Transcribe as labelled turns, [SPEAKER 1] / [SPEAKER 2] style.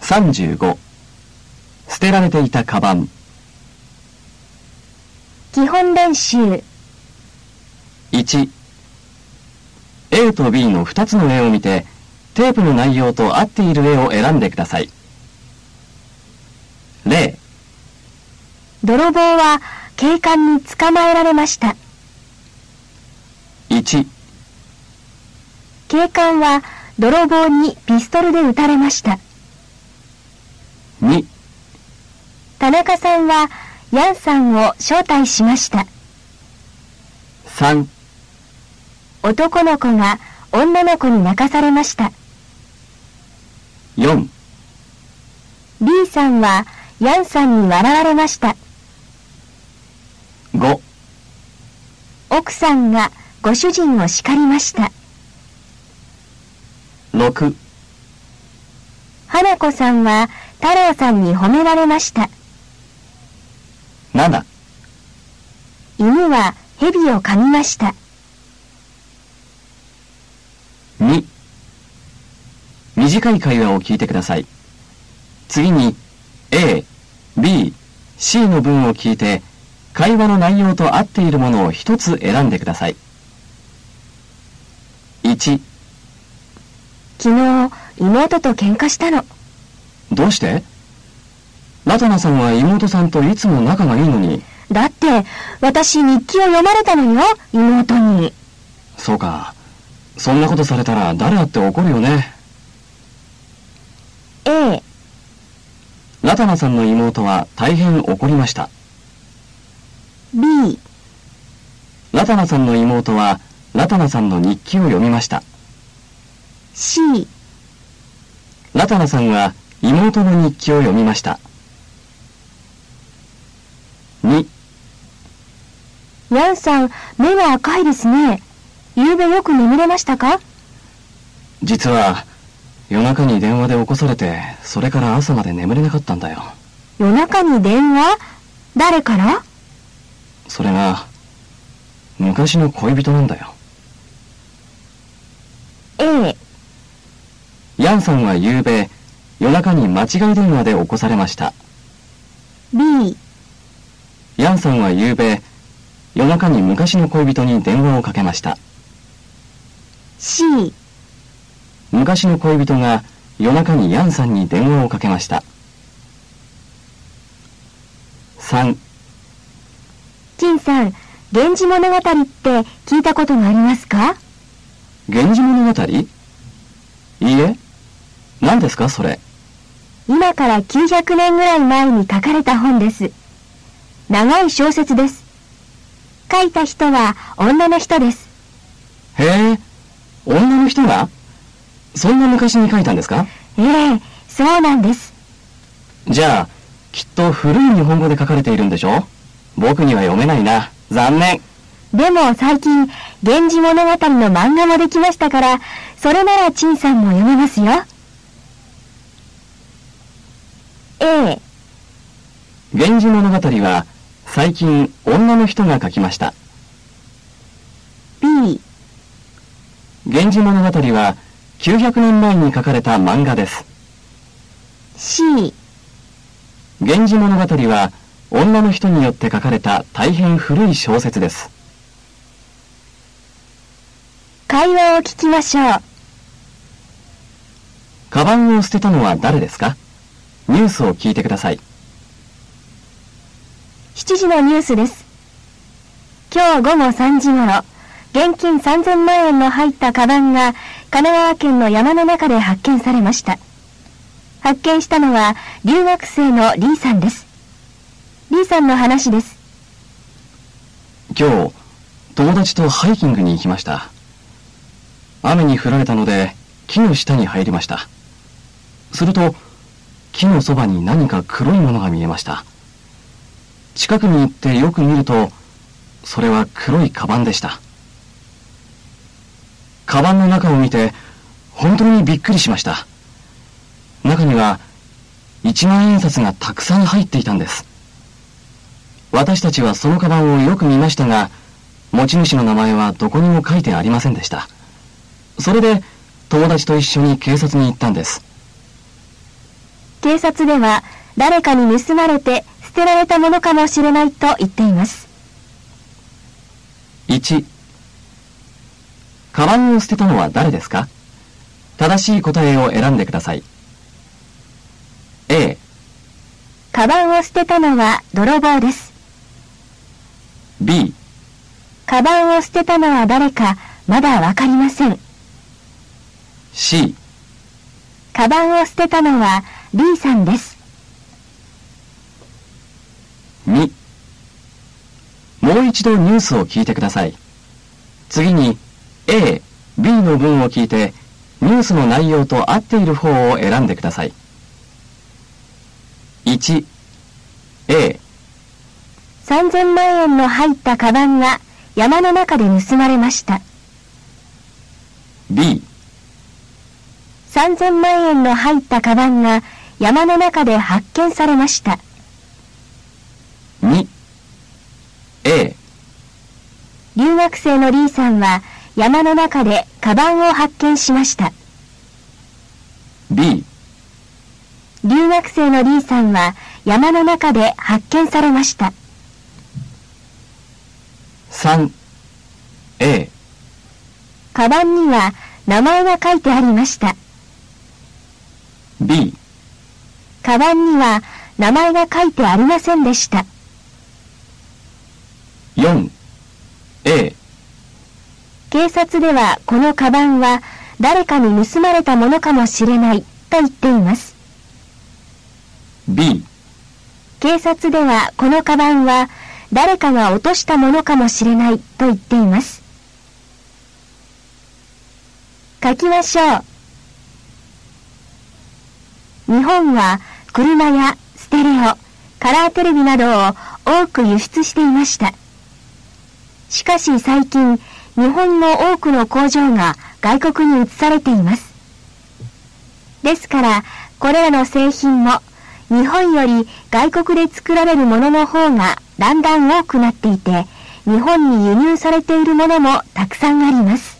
[SPEAKER 1] 35捨てられていたカバン
[SPEAKER 2] 基本練習、
[SPEAKER 1] 1 A と B の2つの絵を見てテープの内容と合っている絵を選んでください0
[SPEAKER 2] 泥棒は警官に捕まえられました。
[SPEAKER 1] 1
[SPEAKER 2] 警官は泥棒にピストルで撃たれました。
[SPEAKER 1] 2
[SPEAKER 2] 田中さんはヤンさんを招待しました。
[SPEAKER 1] 3
[SPEAKER 2] 男の子が女の子に泣かされました。
[SPEAKER 1] 4
[SPEAKER 2] B さんはヤンさんに笑われました。
[SPEAKER 1] 5
[SPEAKER 2] 奥さんがご主人を叱りました。
[SPEAKER 1] 6
[SPEAKER 2] 花子さんは太郎さんに褒められました。
[SPEAKER 1] 7
[SPEAKER 2] 犬は蛇を噛みました。
[SPEAKER 1] 2短い会話を聞いてください次に A、B、C の文を聞いて会話の内容と合っているものを一つ選んでください1
[SPEAKER 2] 昨日妹と喧嘩したの。
[SPEAKER 1] どうしてラタナさんは妹さんといつも仲がいいのに
[SPEAKER 2] だって私日記を読まれたのよ、妹に。
[SPEAKER 1] そうかそんなことされたら誰だって怒るよね
[SPEAKER 2] A、
[SPEAKER 1] ラタナさんの妹は大変怒りました
[SPEAKER 2] B、
[SPEAKER 1] ラタナさんの妹はラタナさんの日記を読みました
[SPEAKER 2] C、
[SPEAKER 1] ラタナさんは妹の日記を読みました。2、
[SPEAKER 2] ヤンさん、目が赤いですね。夕べよく眠れましたか
[SPEAKER 1] 実は夜中に電話で起こされて、それから朝まで眠れなかったんだよ。
[SPEAKER 2] 夜中に電話誰から
[SPEAKER 1] それが、昔の恋人なんだよ。
[SPEAKER 2] ?A、
[SPEAKER 1] ヤンさんは夕べ、夜中に間違い電話で起こされました。
[SPEAKER 2] B、
[SPEAKER 1] ヤンさんは夕べ、夜中に昔の恋人に電話をかけました。
[SPEAKER 2] C、
[SPEAKER 1] 昔の恋人が夜中にヤンさんに電話をかけました3
[SPEAKER 2] 金さん、源氏物語って聞いたことがありますか
[SPEAKER 1] 源氏物語いいえ何ですかそれ
[SPEAKER 2] 今から900年ぐらい前に書かれた本です。長い小説です。書いた人は女の人です。
[SPEAKER 1] へえ女の人がそんな昔に書いたんですか
[SPEAKER 2] ええそうなんです。
[SPEAKER 1] じゃあきっと古い日本語で書かれているんでしょ僕には読めないな残念
[SPEAKER 2] でも最近、源氏物語の漫画もできましたから、それなら陳さんも読めますよ。A、
[SPEAKER 1] 源氏物語は最近女の人が書きました
[SPEAKER 2] B、
[SPEAKER 1] 源氏物語は900年前に書かれた漫画です
[SPEAKER 2] C、
[SPEAKER 1] 源氏物語は女の人によって書かれた大変古い小説です
[SPEAKER 2] 会話を聞きましょう。
[SPEAKER 1] カバンを捨てたのは誰ですかニュースを聞いてください
[SPEAKER 2] 7時のニュースです。今日午後3時頃、現金3000万円の入ったカバンが神奈川県の山の中で発見されました。発見したのは留学生のリーさんです。リーさんの話です。
[SPEAKER 1] 今日友達とハイキングに行きました雨に降られたので木の下に入りましたすると木のそばに何か黒いものが見えました近くに行ってよく見るとそれは黒いカバンでしたカバンの中を見て本当にびっくりしました中には一万円札がたくさん入っていたんです私たちはそのカバンをよく見ましたが持ち主の名前はどこにも書いてありませんでしたそれで友達と一緒に警察に行ったんです
[SPEAKER 2] 警察では誰かに盗まれて捨てられたものかもしれないと言っています。
[SPEAKER 1] 1カバンを捨てたのは誰ですか正しい答えを選んでください A、
[SPEAKER 2] カバンを捨てたのは泥棒です。
[SPEAKER 1] B、
[SPEAKER 2] カバンを捨てたのは誰かまだわかりません。
[SPEAKER 1] C、
[SPEAKER 2] カバンを捨てたのは B さんです。
[SPEAKER 1] 2もう一度ニュースを聞いてください次に A、B の文を聞いてニュースの内容と合っている方を選んでください 1A、A
[SPEAKER 2] 3000万円の入ったカバンが山の中で盗まれました。
[SPEAKER 1] B、
[SPEAKER 2] 3000万円の入ったカバンが山の中で発見されました。
[SPEAKER 1] 2A、A
[SPEAKER 2] 留学生の D さんは山の中でカバンを発見しました。
[SPEAKER 1] B、
[SPEAKER 2] 留学生の D さんは山の中で発見されました。
[SPEAKER 1] 3A、A
[SPEAKER 2] カバンには名前が書いてありました。
[SPEAKER 1] B、
[SPEAKER 2] カバンには名前が書いてありませんでした。
[SPEAKER 1] 4A、A
[SPEAKER 2] 警察ではこのカバンは誰かに盗まれたものかもしれないと言っています。
[SPEAKER 1] B、
[SPEAKER 2] 警察ではこのカバンは誰かが落としたものかもしれないと言っています。書きましょう。日本は車やステレオ、カラーテレビなどを多く輸出していました。しかし最近、日本の多くの工場が外国に移されています。ですから、これらの製品も日本より外国で作られるものの方がだんだん多くなっていて、日本に輸入されているものもたくさんあります。